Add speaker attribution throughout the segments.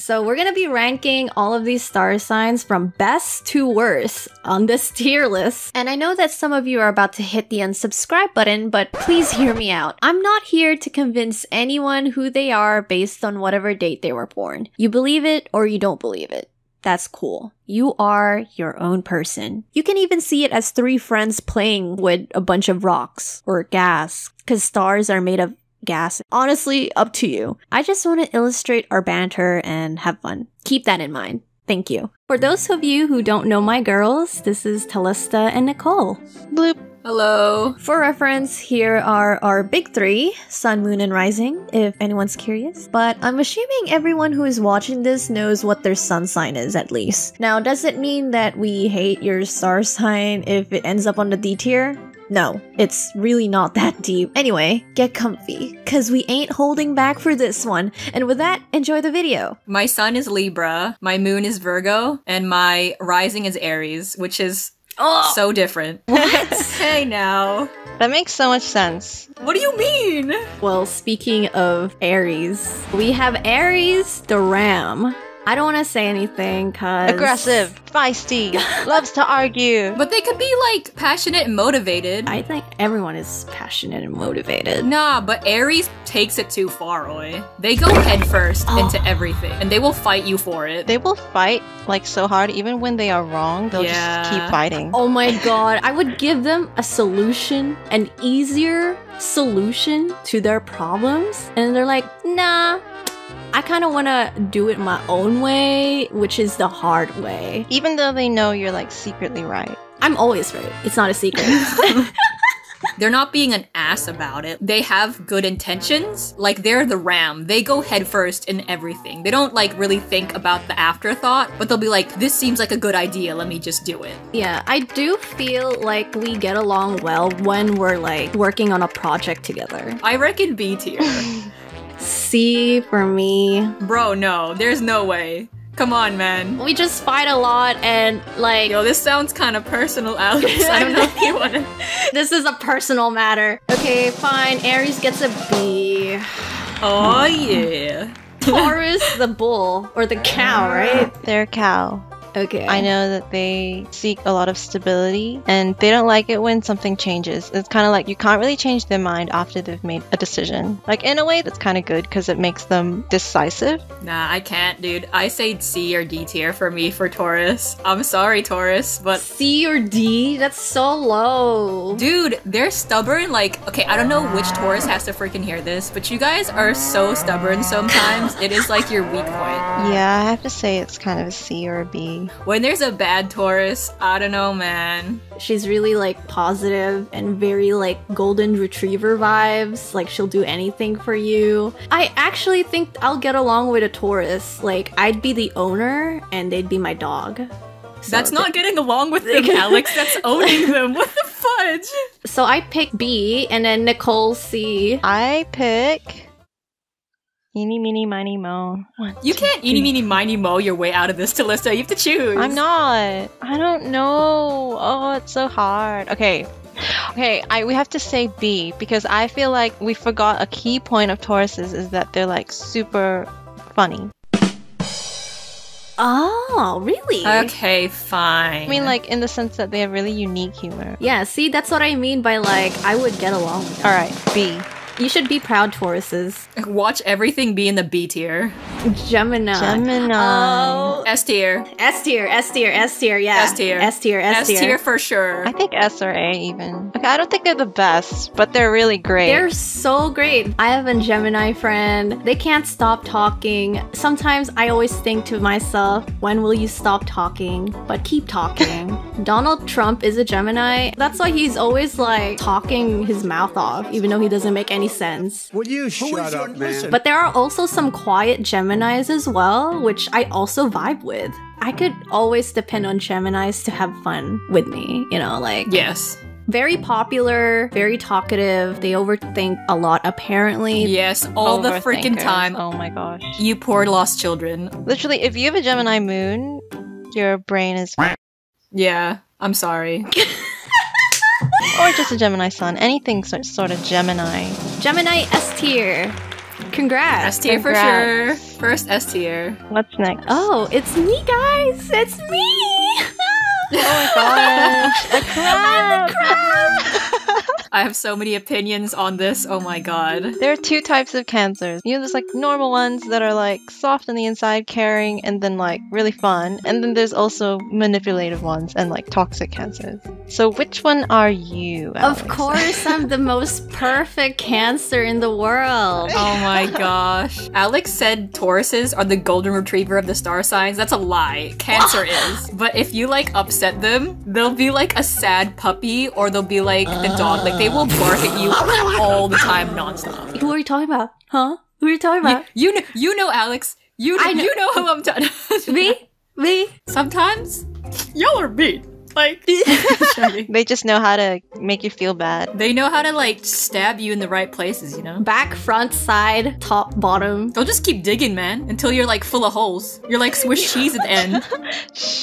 Speaker 1: So we're gonna be ranking all of these star signs from best to worst on this tier list. And I know that some of you are about to hit the unsubscribe button, but please hear me out. I'm not here to convince anyone who they are based on whatever date they were born. You believe it or you don't believe it. That's cool. You are your own person. You can even see it as three friends playing with a bunch of rocks or gas, because stars are made of gas. Honestly, up to you. I just want to illustrate our banter and have fun. Keep that in mind. Thank you. For those of you who don't know my girls, this is Telesta and Nicole.
Speaker 2: Bloop.
Speaker 3: Hello.
Speaker 1: For reference, here are our big three Sun, Moon, and Rising, if anyone's curious. But I'm assuming everyone who is watching this knows what their sun sign is at least. Now, does it mean that we hate your star sign if it ends up on the D tier? No, it's really not that deep. Anyway, get comfy, because we ain't holding back for this one. And with that, enjoy the video.
Speaker 3: My sun is Libra, my moon is Virgo, and my rising is Aries, which is
Speaker 1: Oh!
Speaker 3: so different.
Speaker 1: What?
Speaker 3: Hey now.
Speaker 2: That makes so much sense.
Speaker 3: What do you mean?
Speaker 1: Well, speaking of Aries, we have Aries the Ram. I don't want to say anything because
Speaker 2: Aggressive, feisty, loves to argue.
Speaker 3: But they could be like passionate and motivated.
Speaker 1: I think everyone is passionate and motivated.
Speaker 3: Nah, but Aries takes it too far, Oi. They go headfirst
Speaker 1: Oh.
Speaker 3: into everything, and they will fight you for it.
Speaker 2: They will fight like so hard, even when they are wrong. They'll just keep
Speaker 3: Yeah.
Speaker 2: fighting.
Speaker 1: Oh my god, I would give them a solution, an easier solution to their problems, and they're like, nah. I kind of want to do it my own way, which is the hard way.
Speaker 2: Even though they know you're like secretly right.
Speaker 1: I'm always right. It's not a secret.
Speaker 3: They're not being an ass about it. They have good intentions. Like they're the ram. They go headfirst in everything. They don't like really think about the afterthought, but they'll be like, this seems like a good idea. Let me just do it.
Speaker 1: Yeah, I do feel like we get along well when we're like working on a project together.
Speaker 3: I reckon B tier.
Speaker 1: C for me.
Speaker 3: Bro, no, there's no way. Come on, man.
Speaker 1: We just fight a lot and like
Speaker 3: Yo, this sounds kind of personal, Alex. I don't know if you want to.
Speaker 1: this is a personal matter. Okay, fine. Aries gets a B.
Speaker 3: Oh, yeah.
Speaker 1: Taurus the bull or the cow, right?
Speaker 2: They're cow.
Speaker 1: Okay.
Speaker 2: I know that they seek a lot of stability and they don't like it when something changes. It's kind of like you can't really change their mind after they've made a decision. Like, in a way, that's kind of good because it makes them decisive.
Speaker 3: Nah, I can't, dude. I say C or D tier for me for Taurus. I'm sorry, Taurus, but
Speaker 1: C or D? That's so low.
Speaker 3: Dude, they're stubborn. Like, okay, I don't know which Taurus has to freaking hear this, but you guys are so stubborn sometimes. it is like your weak point.
Speaker 2: Yeah, I have to say it's kind of a C or a B.
Speaker 3: When there's a bad Taurus, I don't know, man.
Speaker 1: She's really like positive and very like golden retriever vibes. Like she'll do anything for you. I actually think I'll get along with a Taurus. Like I'd be the owner and they'd be my dog. So
Speaker 3: That's not getting along with them,
Speaker 1: Like-
Speaker 3: Alex. That's owning them. What the fudge?
Speaker 1: So I pick B and then Nicole C.
Speaker 2: I pick. Eeny, meeny, miny, mo. One,
Speaker 3: You
Speaker 2: two,
Speaker 3: can't eeny
Speaker 2: three.
Speaker 3: meeny miny mo your way out of this, Talista. You have to choose.
Speaker 2: I'm not. I don't know. Oh, it's so hard. Okay. Okay, I, we have to say B because I feel like we forgot a key point of Tauruses is that they're like super funny.
Speaker 1: Oh, really?
Speaker 3: Okay, fine.
Speaker 2: I mean, like in the sense that they have really unique humor.
Speaker 1: Yeah, see, that's what I mean by like, I would get along with
Speaker 2: All right, B.
Speaker 1: it. You should be proud, Tauruses.
Speaker 3: watch everything be in the B tier,
Speaker 1: Gemini.
Speaker 2: Gemini.
Speaker 1: Oh.
Speaker 3: S tier,
Speaker 1: S tier, S tier, S tier, yeah.
Speaker 3: S tier.
Speaker 1: S tier,
Speaker 3: S
Speaker 1: S
Speaker 3: tier
Speaker 1: tier.
Speaker 3: for sure.
Speaker 2: I think S or A even. Okay, I don't think they're the best, but they're really great.
Speaker 1: They're so great. I have a Gemini friend. They can't stop talking. Sometimes I always think to myself, when will you stop talking? But keep talking. Donald Trump is a Gemini. That's why he's always like talking his mouth off, even though he doesn't make any sense.
Speaker 4: Will you shut up, man?
Speaker 1: But there are also some quiet Geminis as well, which I also vibe with. I could always depend on Geminis to have fun with me, you know, like
Speaker 3: yes,
Speaker 1: very popular, very talkative. They overthink a lot apparently.
Speaker 3: yes, all the freaking
Speaker 2: Overthinkers.
Speaker 3: time.
Speaker 2: Oh my gosh.
Speaker 3: You poor lost children.
Speaker 2: Literally, if you have a Gemini moon, your brain is.
Speaker 3: Yeah, I'm sorry.
Speaker 2: Or just a Gemini sun. Anything sort sort of Gemini.
Speaker 1: Gemini S tier. Congrats.
Speaker 3: S tier for sure.
Speaker 2: Congrats.
Speaker 3: First S tier.
Speaker 2: What's next?
Speaker 1: Oh, it's me, guys. It's me.
Speaker 2: Oh my gosh. A crab.
Speaker 3: I have so many opinions on this. Oh my god.
Speaker 2: There are two types of cancers. You know, there's like normal ones that are like soft on the inside, caring, and then like really fun. And then there's also manipulative ones and like toxic cancers. So which one are you? Alex?
Speaker 1: of course, I'm the most perfect cancer in the world.
Speaker 3: Oh my gosh. Alex said Tauruses are the golden retriever of the star signs. That's a lie. Cancer is. But if you like upset them, they'll be like a sad puppy or they'll be like a dog. Like they will bark at you all the time nonstop.
Speaker 1: Who are you talking about? Huh? Who are you talking about?
Speaker 3: You know, you know Alex. You know,
Speaker 1: I know-
Speaker 3: you know who I'm talking.
Speaker 1: me? Me?
Speaker 3: Sometimes y'all are mean. Like
Speaker 2: They just know how to make you feel bad.
Speaker 3: they know how to like stab you in the right places, you know?
Speaker 1: Back, front, side, top, bottom.
Speaker 3: They'll just keep digging, man, until you're like full of holes. You're like Swiss cheese at the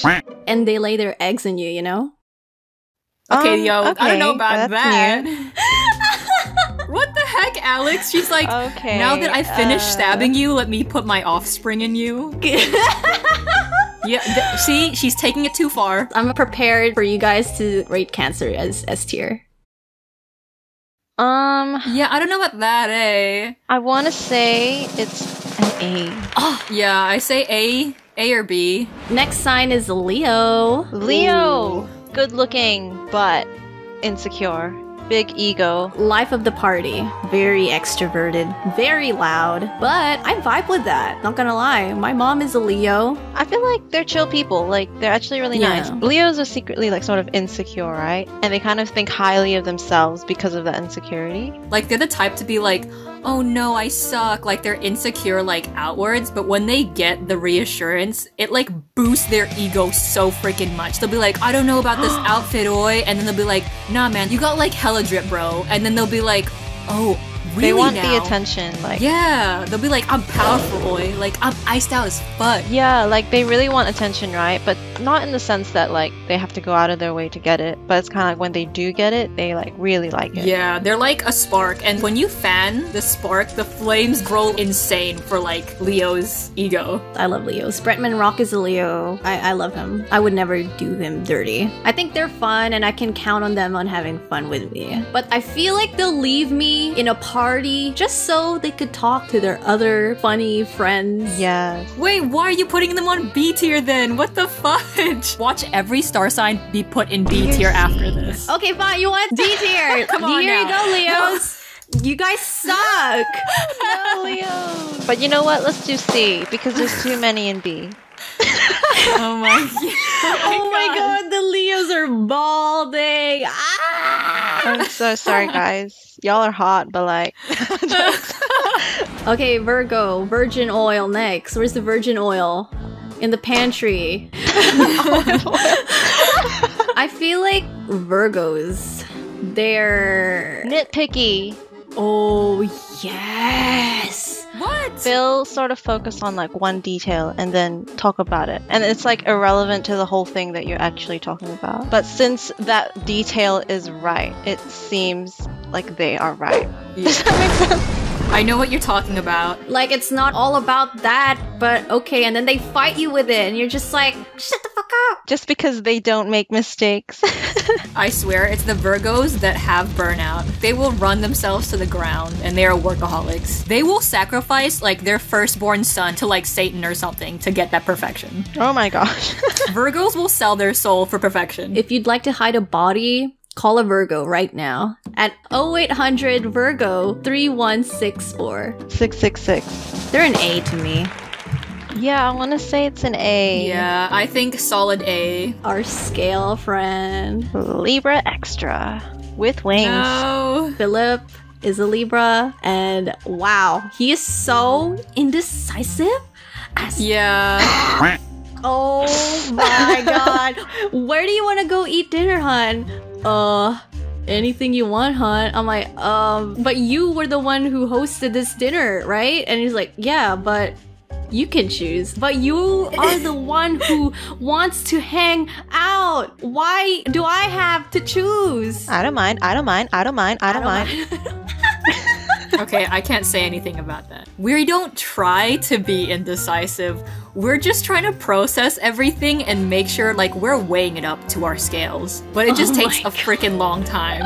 Speaker 3: end.
Speaker 1: And they lay their eggs in you, you know?
Speaker 3: Okay,
Speaker 2: Um,
Speaker 3: yo, I don't know
Speaker 2: okay,
Speaker 3: about that.
Speaker 2: that's new.
Speaker 3: what the heck, Alex? She's like,
Speaker 2: Okay.
Speaker 3: now that I finished
Speaker 2: uh,
Speaker 3: stabbing you, let me put my offspring in you. Yeah, th- see, she's taking it too far.
Speaker 1: I'm prepared for you guys to rate cancer as S tier.
Speaker 2: Um,
Speaker 3: Yeah, I don't know about that, eh?
Speaker 2: I want to say it's an
Speaker 3: Yeah, I say A, A or B.
Speaker 1: Next sign is Leo.
Speaker 2: A. Leo, good looking, but insecure, big ego.
Speaker 1: Life of the party. Very extroverted, very loud, but I vibe with that. Not gonna lie. My mom is a Leo.
Speaker 2: I feel like they're chill people. Like they're actually really
Speaker 1: Yeah.
Speaker 2: nice. Leos are secretly like sort of insecure, right? And they kind of think highly of themselves because of that insecurity.
Speaker 3: Like, they're the type to be like, oh no, I suck. Like, they're insecure, like, outwards, but when they get the reassurance, it, like, boosts their ego so freaking much. They'll be like, I don't know about this outfit, oi. And then they'll be like, nah, man, you got, like, hella drip, bro. And then they'll be like, oh, really?
Speaker 2: they want
Speaker 3: now?
Speaker 2: the attention. Like
Speaker 3: Yeah, they'll be like, I'm powerful, oi. Like, I'm iced out as fuck.
Speaker 2: Yeah, like they really want attention, right? But not in the sense that like they have to go out of their way to get it. But it's kind of like when they do get it, they like really like it.
Speaker 3: Yeah, they're like a spark, and when you fan the spark, the flames grow insane for like Leo's ego.
Speaker 1: I love Leos. Bretman Rock is a Leo. I, I love him. I would never do him dirty. I think they're fun and I can count on them on having fun with me. But I feel like they'll leave me in a party just so they could talk to their other funny friends.
Speaker 2: Yes.
Speaker 3: Wait, why are you putting them on B tier then? What the fudge? Watch every star sign be put in B tier after this.
Speaker 1: Okay, fine. You want D tier?
Speaker 3: Come on
Speaker 1: Here
Speaker 3: now.
Speaker 1: you go, Leos. you guys suck.
Speaker 2: No, Leo. But you know what? Let's do C because there's too many in B.
Speaker 3: Oh my
Speaker 1: oh my god, the Leos are balding. Ah!
Speaker 2: I'm so sorry, guys. Y'all are hot, but like
Speaker 1: Okay, Virgo, virgin oil next. Where's the virgin oil? In the pantry. I feel like Virgos, they're.
Speaker 2: nitpicky.
Speaker 1: Oh, yes.
Speaker 3: What?
Speaker 2: They'll sort of focus on like one detail and then talk about it. And it's like irrelevant to the whole thing that you're actually talking about. But since that detail is right, it seems like they are right.
Speaker 3: I know what you're talking about.
Speaker 1: Like, it's not all about that, but okay. And then they fight you with it, and you're just like, shut the fuck up.
Speaker 2: Just because they don't make mistakes.
Speaker 3: I swear, it's the Virgos that have burnout. They will run themselves to the ground and they are workaholics. They will sacrifice like their firstborn son to like Satan or something to get that perfection.
Speaker 2: oh my gosh.
Speaker 3: Virgos will sell their soul for perfection.
Speaker 1: If you'd like to hide a body, call a Virgo right now at 0800 Virgo 3164.
Speaker 2: 666.
Speaker 1: They're an A to me.
Speaker 2: Yeah, I want to say it's an A.
Speaker 3: yeah, I think solid A.
Speaker 1: Our scale friend.
Speaker 2: Libra extra with wings.
Speaker 3: No.
Speaker 1: Philip is a Libra, and wow, he is so indecisive. As-
Speaker 3: Yeah.
Speaker 1: Oh my god. Where do you want to go eat dinner, hon? Uh, anything you want, hon. I'm like, um, but you were the one who hosted this dinner, right? And he's like, yeah, but you can choose. But you are the one who wants to hang out. Why do I have to choose?
Speaker 2: I don't mind. I don't mind. I don't mind. I don't, mind.
Speaker 3: Okay, I can't say anything about that. We don't try to be indecisive. We're just trying to process everything and make sure, like, we're weighing it up to our scales. But it just takes a freaking long time.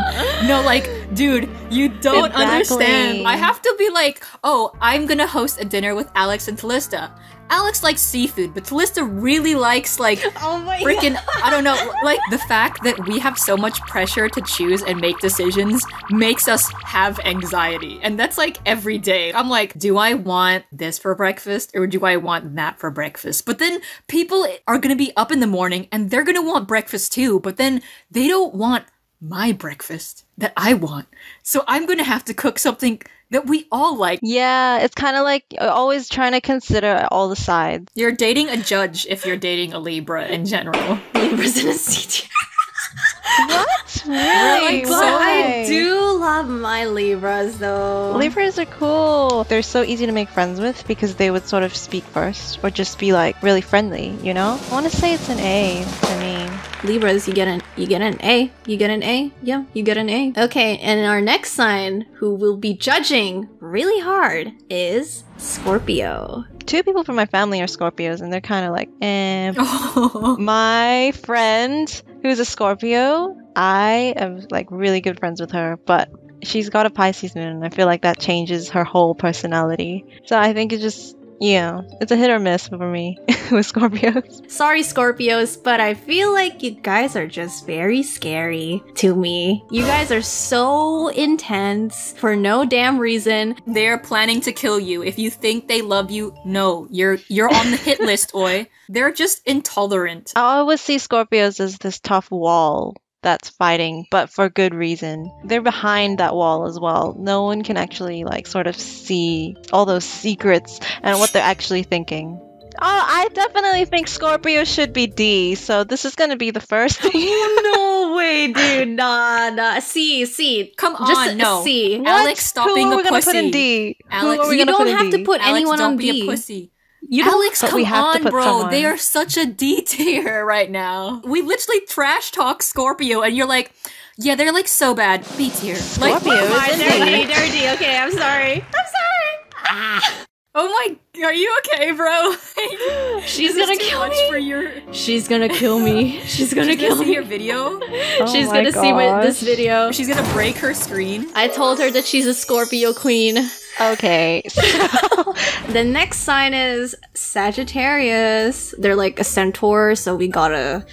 Speaker 3: No, like, dude, you don't
Speaker 2: Exactly.
Speaker 3: understand. I have to be like, oh, I'm gonna host a dinner with Alex and Talista. Alex likes seafood, but Talista really likes, like,
Speaker 1: Oh my
Speaker 3: freaking I don't know, like the fact that we have so much pressure to choose and make decisions makes us have anxiety. And that's like every day. I'm like, do I want this for breakfast or do I want that for breakfast? But then people are going to be up in the morning and they're going to want breakfast too, but then they don't want my breakfast that I want. So I'm going to have to cook something that we all like.
Speaker 2: Yeah, it's kind of like uh, always trying to consider all the sides.
Speaker 3: You're dating a judge if you're dating a Libra in general.
Speaker 1: Libra's in a C tier.
Speaker 2: What? Really?
Speaker 1: But I do love my Libras though.
Speaker 2: Libras are cool. They're so easy to make friends with because they would sort of speak first or just be like really friendly, you know? I want to say it's an A for me.
Speaker 1: Libras, you get an you get an A. You get an A. Yeah, you get an A. Okay, and our next sign who will be judging really hard is Scorpio.
Speaker 2: Two people from my family are Scorpios and they're kind of like, eh. My friend, who's a Scorpio, I am like really good friends with her, but she's got a Pisces moon, and I feel like that changes her whole personality. So I think it's just, yeah, it's a hit or miss for me with Scorpios.
Speaker 1: Sorry Scorpios, but I feel like you guys are just very scary to me. You guys are so intense for no damn reason.
Speaker 3: They're planning to kill you. If you think they love you, no, you're you're on the hit list, oi. They're just intolerant.
Speaker 2: I always see Scorpios as this tough wall that's fighting, but for good reason. They're behind that wall as well. No one can actually like sort of see all those secrets and what they're actually thinking. Oh, I definitely think Scorpio should be D, so this is gonna be the first.
Speaker 1: Oh, no way, dude. Nah, nah. C, C.
Speaker 3: Come on,
Speaker 1: Just
Speaker 3: no.
Speaker 1: C.
Speaker 3: Alex stopping
Speaker 2: Who are
Speaker 3: a
Speaker 2: we gonna
Speaker 3: pussy.
Speaker 2: put in D?
Speaker 3: Alex,
Speaker 2: Who are we
Speaker 1: You
Speaker 2: gonna
Speaker 1: don't
Speaker 2: put in
Speaker 1: have to
Speaker 2: D?
Speaker 1: put
Speaker 3: Alex,
Speaker 1: anyone
Speaker 3: don't
Speaker 1: on
Speaker 3: be
Speaker 1: D.
Speaker 3: a pussy.
Speaker 2: You don't-
Speaker 3: Alex,
Speaker 2: But
Speaker 3: come
Speaker 2: we have
Speaker 3: on,
Speaker 2: to put
Speaker 3: bro.
Speaker 2: someone.
Speaker 3: They are such a D tier right now. We literally trash talk Scorpio, and you're like, yeah, they're like so bad. B tier. Like,
Speaker 2: Scorpio is
Speaker 1: Fine,
Speaker 2: in
Speaker 1: they're
Speaker 2: D.
Speaker 1: D, they're D. Okay, I'm sorry. I'm sorry.
Speaker 3: oh my, are you okay, bro?
Speaker 1: She's
Speaker 3: This is
Speaker 1: gonna
Speaker 3: too
Speaker 1: kill
Speaker 3: much
Speaker 1: me.
Speaker 3: for your.
Speaker 1: She's gonna kill me. She's gonna
Speaker 3: She's
Speaker 1: kill
Speaker 3: gonna see your
Speaker 1: me.
Speaker 3: video. Oh,
Speaker 2: Oh
Speaker 1: She's
Speaker 2: my
Speaker 1: gonna see my, this
Speaker 2: gosh.
Speaker 1: video.
Speaker 3: She's gonna break her screen.
Speaker 1: I told her that she's a Scorpio queen.
Speaker 2: Okay.
Speaker 1: The next sign is Sagittarius. They're like a centaur, so we got a,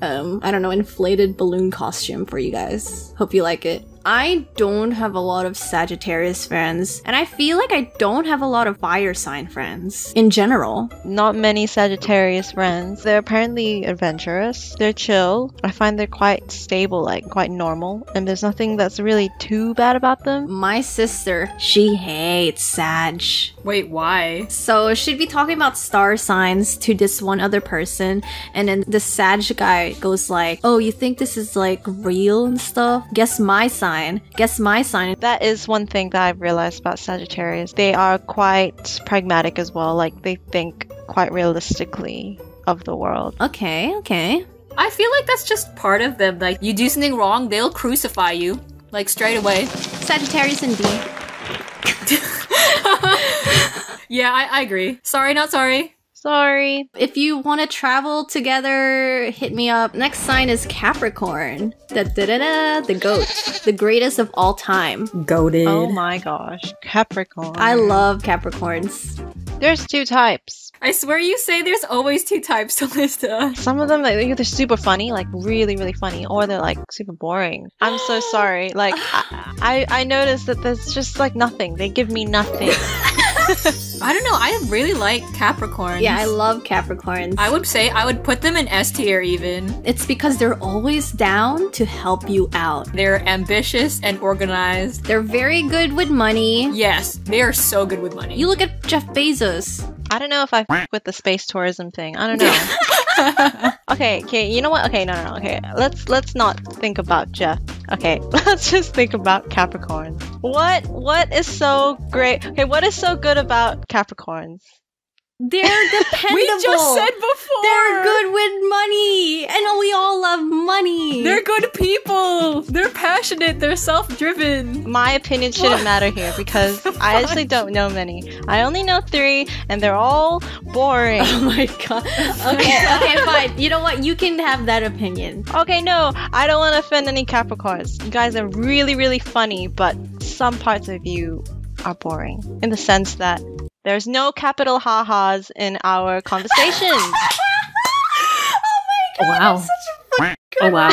Speaker 1: um, I don't know, inflated balloon costume for you guys. Hope you like it. I don't have a lot of Sagittarius friends, and I feel like I don't have a lot of fire sign friends in general.
Speaker 2: Not many Sagittarius friends. They're apparently adventurous. They're chill. I find they're quite stable, like quite normal, and there's nothing that's really too bad about them.
Speaker 1: My sister, she hates Sag.
Speaker 3: Wait, why?
Speaker 1: So she'd be talking about star signs to this one other person, and then the Sag guy goes like, "Oh, you think this is like real and stuff? Guess my sign. Guess my sign."
Speaker 2: That is one thing that I've realized about Sagittarius. They are quite pragmatic as well. Like they think quite realistically of the world.
Speaker 1: Okay, okay.
Speaker 3: I feel like that's just part of them. Like, you do something wrong, they'll crucify you. Like, straight away.
Speaker 1: Sagittarius and D.
Speaker 3: Yeah, I, I agree. Sorry, not sorry.
Speaker 2: Sorry.
Speaker 1: If you want to travel together, hit me up. Next sign is Capricorn. Da da da da. The goat, the greatest of all time.
Speaker 3: Goaded.
Speaker 2: Oh my gosh. Capricorn.
Speaker 1: I love Capricorns.
Speaker 2: There's two types.
Speaker 3: I swear you say there's always two types to Lista.
Speaker 2: Some of them, like, they're either super funny, like really, really funny, or they're like super boring. I'm so sorry. Like, I, I I noticed that there's just like nothing. They give me nothing.
Speaker 3: I don't know, I really like Capricorn.
Speaker 1: Yeah, I love Capricorns.
Speaker 3: I would say I would put them in S tier even.
Speaker 1: it's because they're always down to help you out.
Speaker 3: They're ambitious and organized.
Speaker 1: They're very good with money.
Speaker 3: Yes, they are so good with money.
Speaker 1: You look at Jeff Bezos.
Speaker 2: I don't know if I f- with the space tourism thing. I don't know. okay, okay, you know what? Okay, no, no, no. Okay, let's let's not think about Jeff. Okay, let's just think about Capricorns. What what is so great? Okay, what is so good about Capricorns?
Speaker 1: They're dependable.
Speaker 3: we just said before.
Speaker 1: they're good with money, and we all love money.
Speaker 3: They're good people. They're passionate. They're self-driven.
Speaker 2: My opinion shouldn't matter here because I actually don't know many. I only know three, and they're all boring.
Speaker 1: oh my god. Okay, okay, fine. You know what? You can have that opinion.
Speaker 2: Okay, no, I don't want to offend any Capricorns. You guys are really, really funny, but some parts of you are boring in the sense that there's no capital ha-has in our conversations.
Speaker 3: Oh, wow. Oh wow.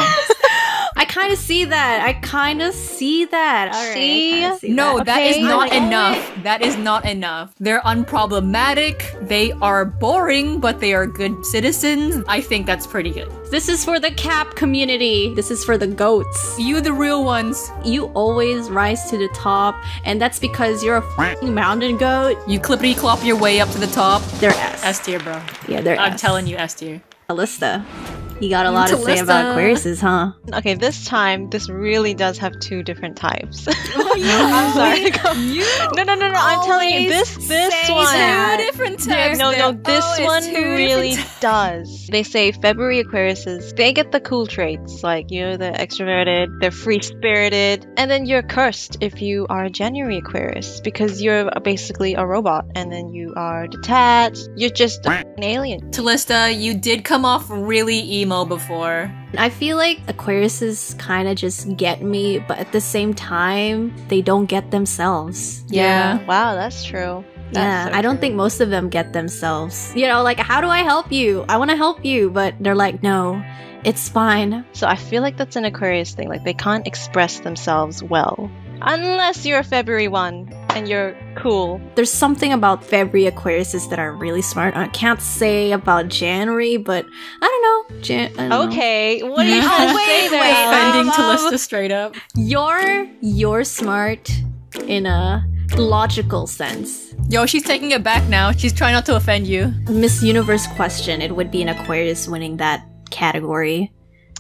Speaker 1: I kind of see that. I kind of see that. All right, I
Speaker 2: See?
Speaker 1: kinda see
Speaker 3: No,
Speaker 1: that.
Speaker 3: that is
Speaker 2: okay?
Speaker 3: not
Speaker 2: I like
Speaker 3: enough. That is not enough. They're unproblematic. They are boring, but they are good citizens. I think that's pretty good.
Speaker 1: This is for the cap community. This is for the goats.
Speaker 3: You, the real ones,
Speaker 1: You always rise to the top, and that's because you're a f***ing mountain goat.
Speaker 3: you clippity clop your way up to the top.
Speaker 1: They're S.
Speaker 3: S tier, bro.
Speaker 1: yeah, they're
Speaker 3: I'm
Speaker 1: S.
Speaker 3: telling you, S tier.
Speaker 1: Callista. You got a lot to say
Speaker 3: Callista.
Speaker 1: about Aquarius, huh?
Speaker 2: okay, this time this really does have two different types. I'm sorry. no, no, no, no. I'm telling you, this this
Speaker 1: say
Speaker 2: one.
Speaker 1: that.
Speaker 3: Two different types.
Speaker 1: They're-
Speaker 2: No, no,
Speaker 3: They're
Speaker 1: Oh,
Speaker 2: this
Speaker 3: always
Speaker 2: one
Speaker 3: two different
Speaker 2: really
Speaker 3: types.
Speaker 2: does. They say February Aquariuses, they get the cool traits, like you're the extroverted, they're free spirited, and then you're cursed if you are a January Aquarius because you're basically a robot and then you are detached. You're just a an alien.
Speaker 3: Talista, you did come off really emo before.
Speaker 1: I feel like Aquariuses kind of just get me, but at the same time, they don't get themselves.
Speaker 2: Wow, that's true. That's
Speaker 1: yeah,
Speaker 2: so
Speaker 1: I don't
Speaker 2: true.
Speaker 1: think most of them get themselves. You know, like, how do I help you? I want to help you, but they're like, no, it's fine.
Speaker 2: So I feel like that's an Aquarius thing. Like they can't express themselves well. Unless you're a February one and you're cool.
Speaker 1: There's something about February Aquariuses that are really smart. I can't say about January, but I don't know. Jan- I don't know.
Speaker 2: Okay, what are you
Speaker 3: Yeah.
Speaker 2: trying to
Speaker 1: Oh, Wait,
Speaker 2: say there?
Speaker 1: wait,
Speaker 2: Alex?
Speaker 1: um,
Speaker 3: Defending
Speaker 1: um,
Speaker 3: Talista straight up.
Speaker 1: You're you're smart in a logical sense.
Speaker 3: Yo, she's taking it back now. She's trying not to offend you.
Speaker 1: Miss Universe question, it would be an Aquarius winning that category.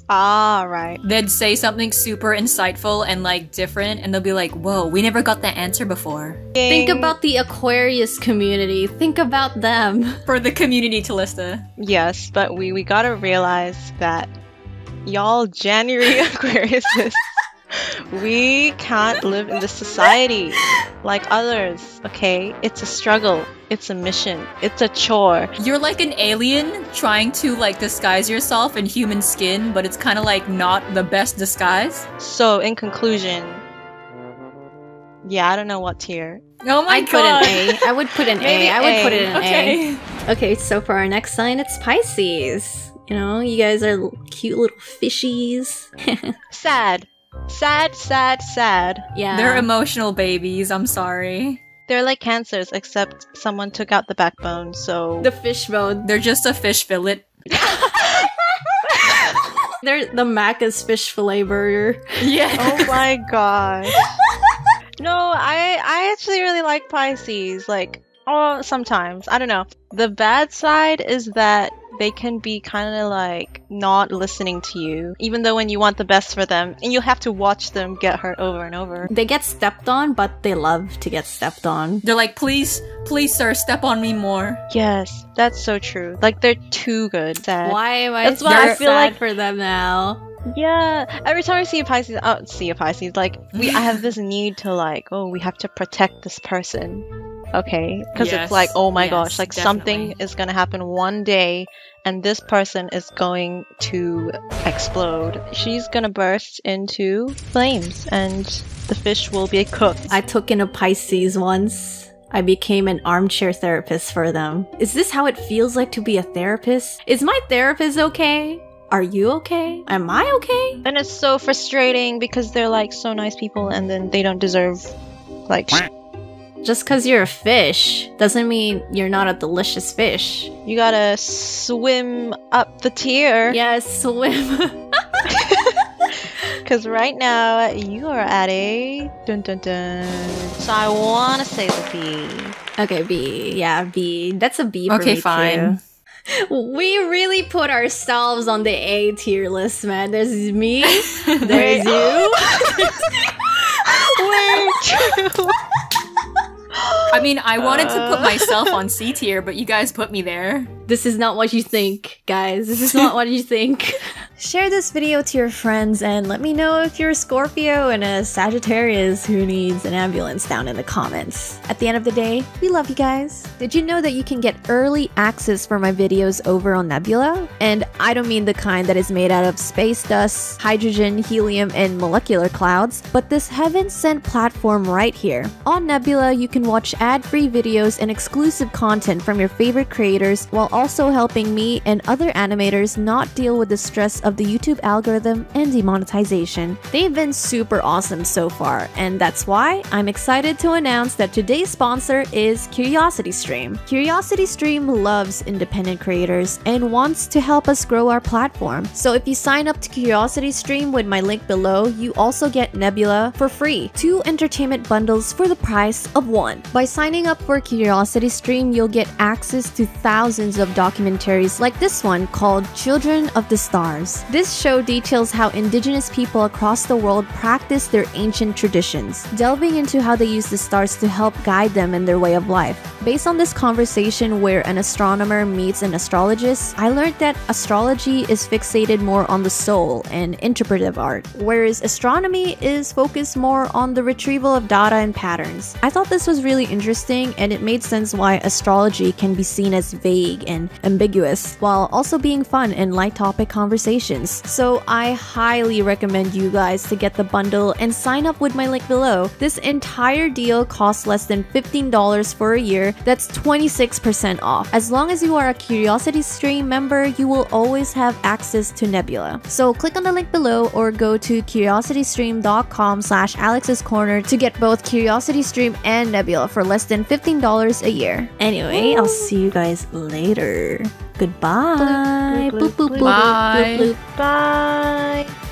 Speaker 2: Ah, right.
Speaker 3: They'd say something super insightful and like different, and they'll be like, whoa, we never got that answer before.
Speaker 1: Think about the Aquarius community. Think about them.
Speaker 3: For the community, Talista.
Speaker 2: yes, but we we gotta realize that y'all January Aquariuses. We can't live in this society like others, okay? It's a struggle. It's a mission. It's a chore.
Speaker 3: You're like an alien trying to like disguise yourself in human skin, but it's kind of like not the best disguise.
Speaker 2: So, in conclusion, yeah, I don't know what tier.
Speaker 3: Oh my
Speaker 1: I'd put an A. I would put an
Speaker 2: Maybe
Speaker 1: A. I would put it in an A.
Speaker 3: Okay.
Speaker 1: Okay, so for our next sign, it's Pisces. You know, you guys are l- cute little fishies.
Speaker 2: Sad. Sad, sad, sad.
Speaker 1: yeah.
Speaker 3: They're emotional babies. I'm sorry.
Speaker 2: They're like cancers, except someone took out the backbone, so.
Speaker 1: the fishbone.
Speaker 3: They're just a fish fillet.
Speaker 2: Oh
Speaker 1: They're the Macca's fish fillet burger.
Speaker 3: Yeah.
Speaker 2: oh my gosh. No, I I actually really like Pisces. Like, oh, sometimes I don't know. The bad side is that they can be kind of like not listening to you, even though when you want the best for them, and you'll have to watch them get hurt over and over.
Speaker 1: They get stepped on, but they love to get stepped on.
Speaker 3: They're like, please, please, sir, step on me more.
Speaker 2: Yes, that's so true. Like they're too good. Sad.
Speaker 1: Why am I
Speaker 2: That's
Speaker 1: so
Speaker 2: why I feel
Speaker 1: sad
Speaker 2: like-
Speaker 1: for them now?
Speaker 2: Yeah. Every time I see a Pisces, oh, see a Pisces. Like we, I have this need to like, oh, we have to protect this person. Okay, because
Speaker 3: Yes,
Speaker 2: it's like, oh my
Speaker 3: yes,
Speaker 2: gosh, like something is gonna happen one day, and this person is going to explode. She's gonna burst into flames, and the fish will be cooked.
Speaker 1: I took in a Pisces once. I became an armchair therapist for them. Is this how it feels like to be a therapist? Is my therapist okay? Are you okay? Am I okay?
Speaker 2: and it's so frustrating because they're like so nice people, and then they don't deserve like sh-
Speaker 1: Just because you're a fish doesn't mean you're not a delicious fish.
Speaker 2: you gotta swim up the tier.
Speaker 1: Yes, swim.
Speaker 2: Because right now you are at a dun dun dun. So I want to say the B.
Speaker 1: okay, B. Yeah, B. That's a B for
Speaker 3: Okay,
Speaker 1: me,
Speaker 3: fine.
Speaker 1: too. We really put ourselves on the A tier list, man. There's me, there's
Speaker 2: Wait.
Speaker 1: you.
Speaker 2: Wait.
Speaker 3: I mean, I wanted to
Speaker 2: Uh.
Speaker 3: put myself on C tier, but you guys put me there.
Speaker 1: This is not what you think, guys. This is not what you think. Share this video to your friends and let me know if you're a Scorpio and a Sagittarius who needs an ambulance down in the comments. At the end of the day, we love you guys. Did you know that you can get early access for my videos over on Nebula? And I don't mean the kind that is made out of space dust, hydrogen, helium, and molecular clouds, but this heaven sent platform right here. On Nebula, you can watch ad free videos and exclusive content from your favorite creators while also helping me and other animators not deal with the stress of the YouTube algorithm and demonetization. They've been super awesome so far, and that's why I'm excited to announce that today's sponsor is CuriosityStream. CuriosityStream loves independent creators and wants to help us grow our platform. So if you sign up to CuriosityStream with my link below, you also get Nebula for free, two entertainment bundles for the price of one. By signing up for CuriosityStream, you'll get access to thousands of documentaries like this one called Children of the Stars. This show details how indigenous people across the world practice their ancient traditions, delving into how they use the stars to help guide them in their way of life. Based on this conversation where an astronomer meets an astrologist, I learned that astrology is fixated more on the soul and interpretive art, whereas astronomy is focused more on the retrieval of data and patterns. I thought this was really interesting and it made sense why astrology can be seen as vague and ambiguous while also being fun and light topic conversations. So I highly recommend you guys to get the bundle and sign up with my link below. This entire deal costs less than $15 for a year. That's 26% off. As long as you are a Curiosity Stream member, you will always have access to Nebula. So click on the link below or go to curiositystream.com slash Alex's Corner to get both Curiosity Stream and Nebula for less than $15 a year. Anyway, I'll see you guys later. Goodbye.
Speaker 2: Bloop, bloop,
Speaker 1: Boop, boop, boop,
Speaker 2: bloop, bloop,
Speaker 3: Bye.
Speaker 1: boop, boop.
Speaker 2: Bye.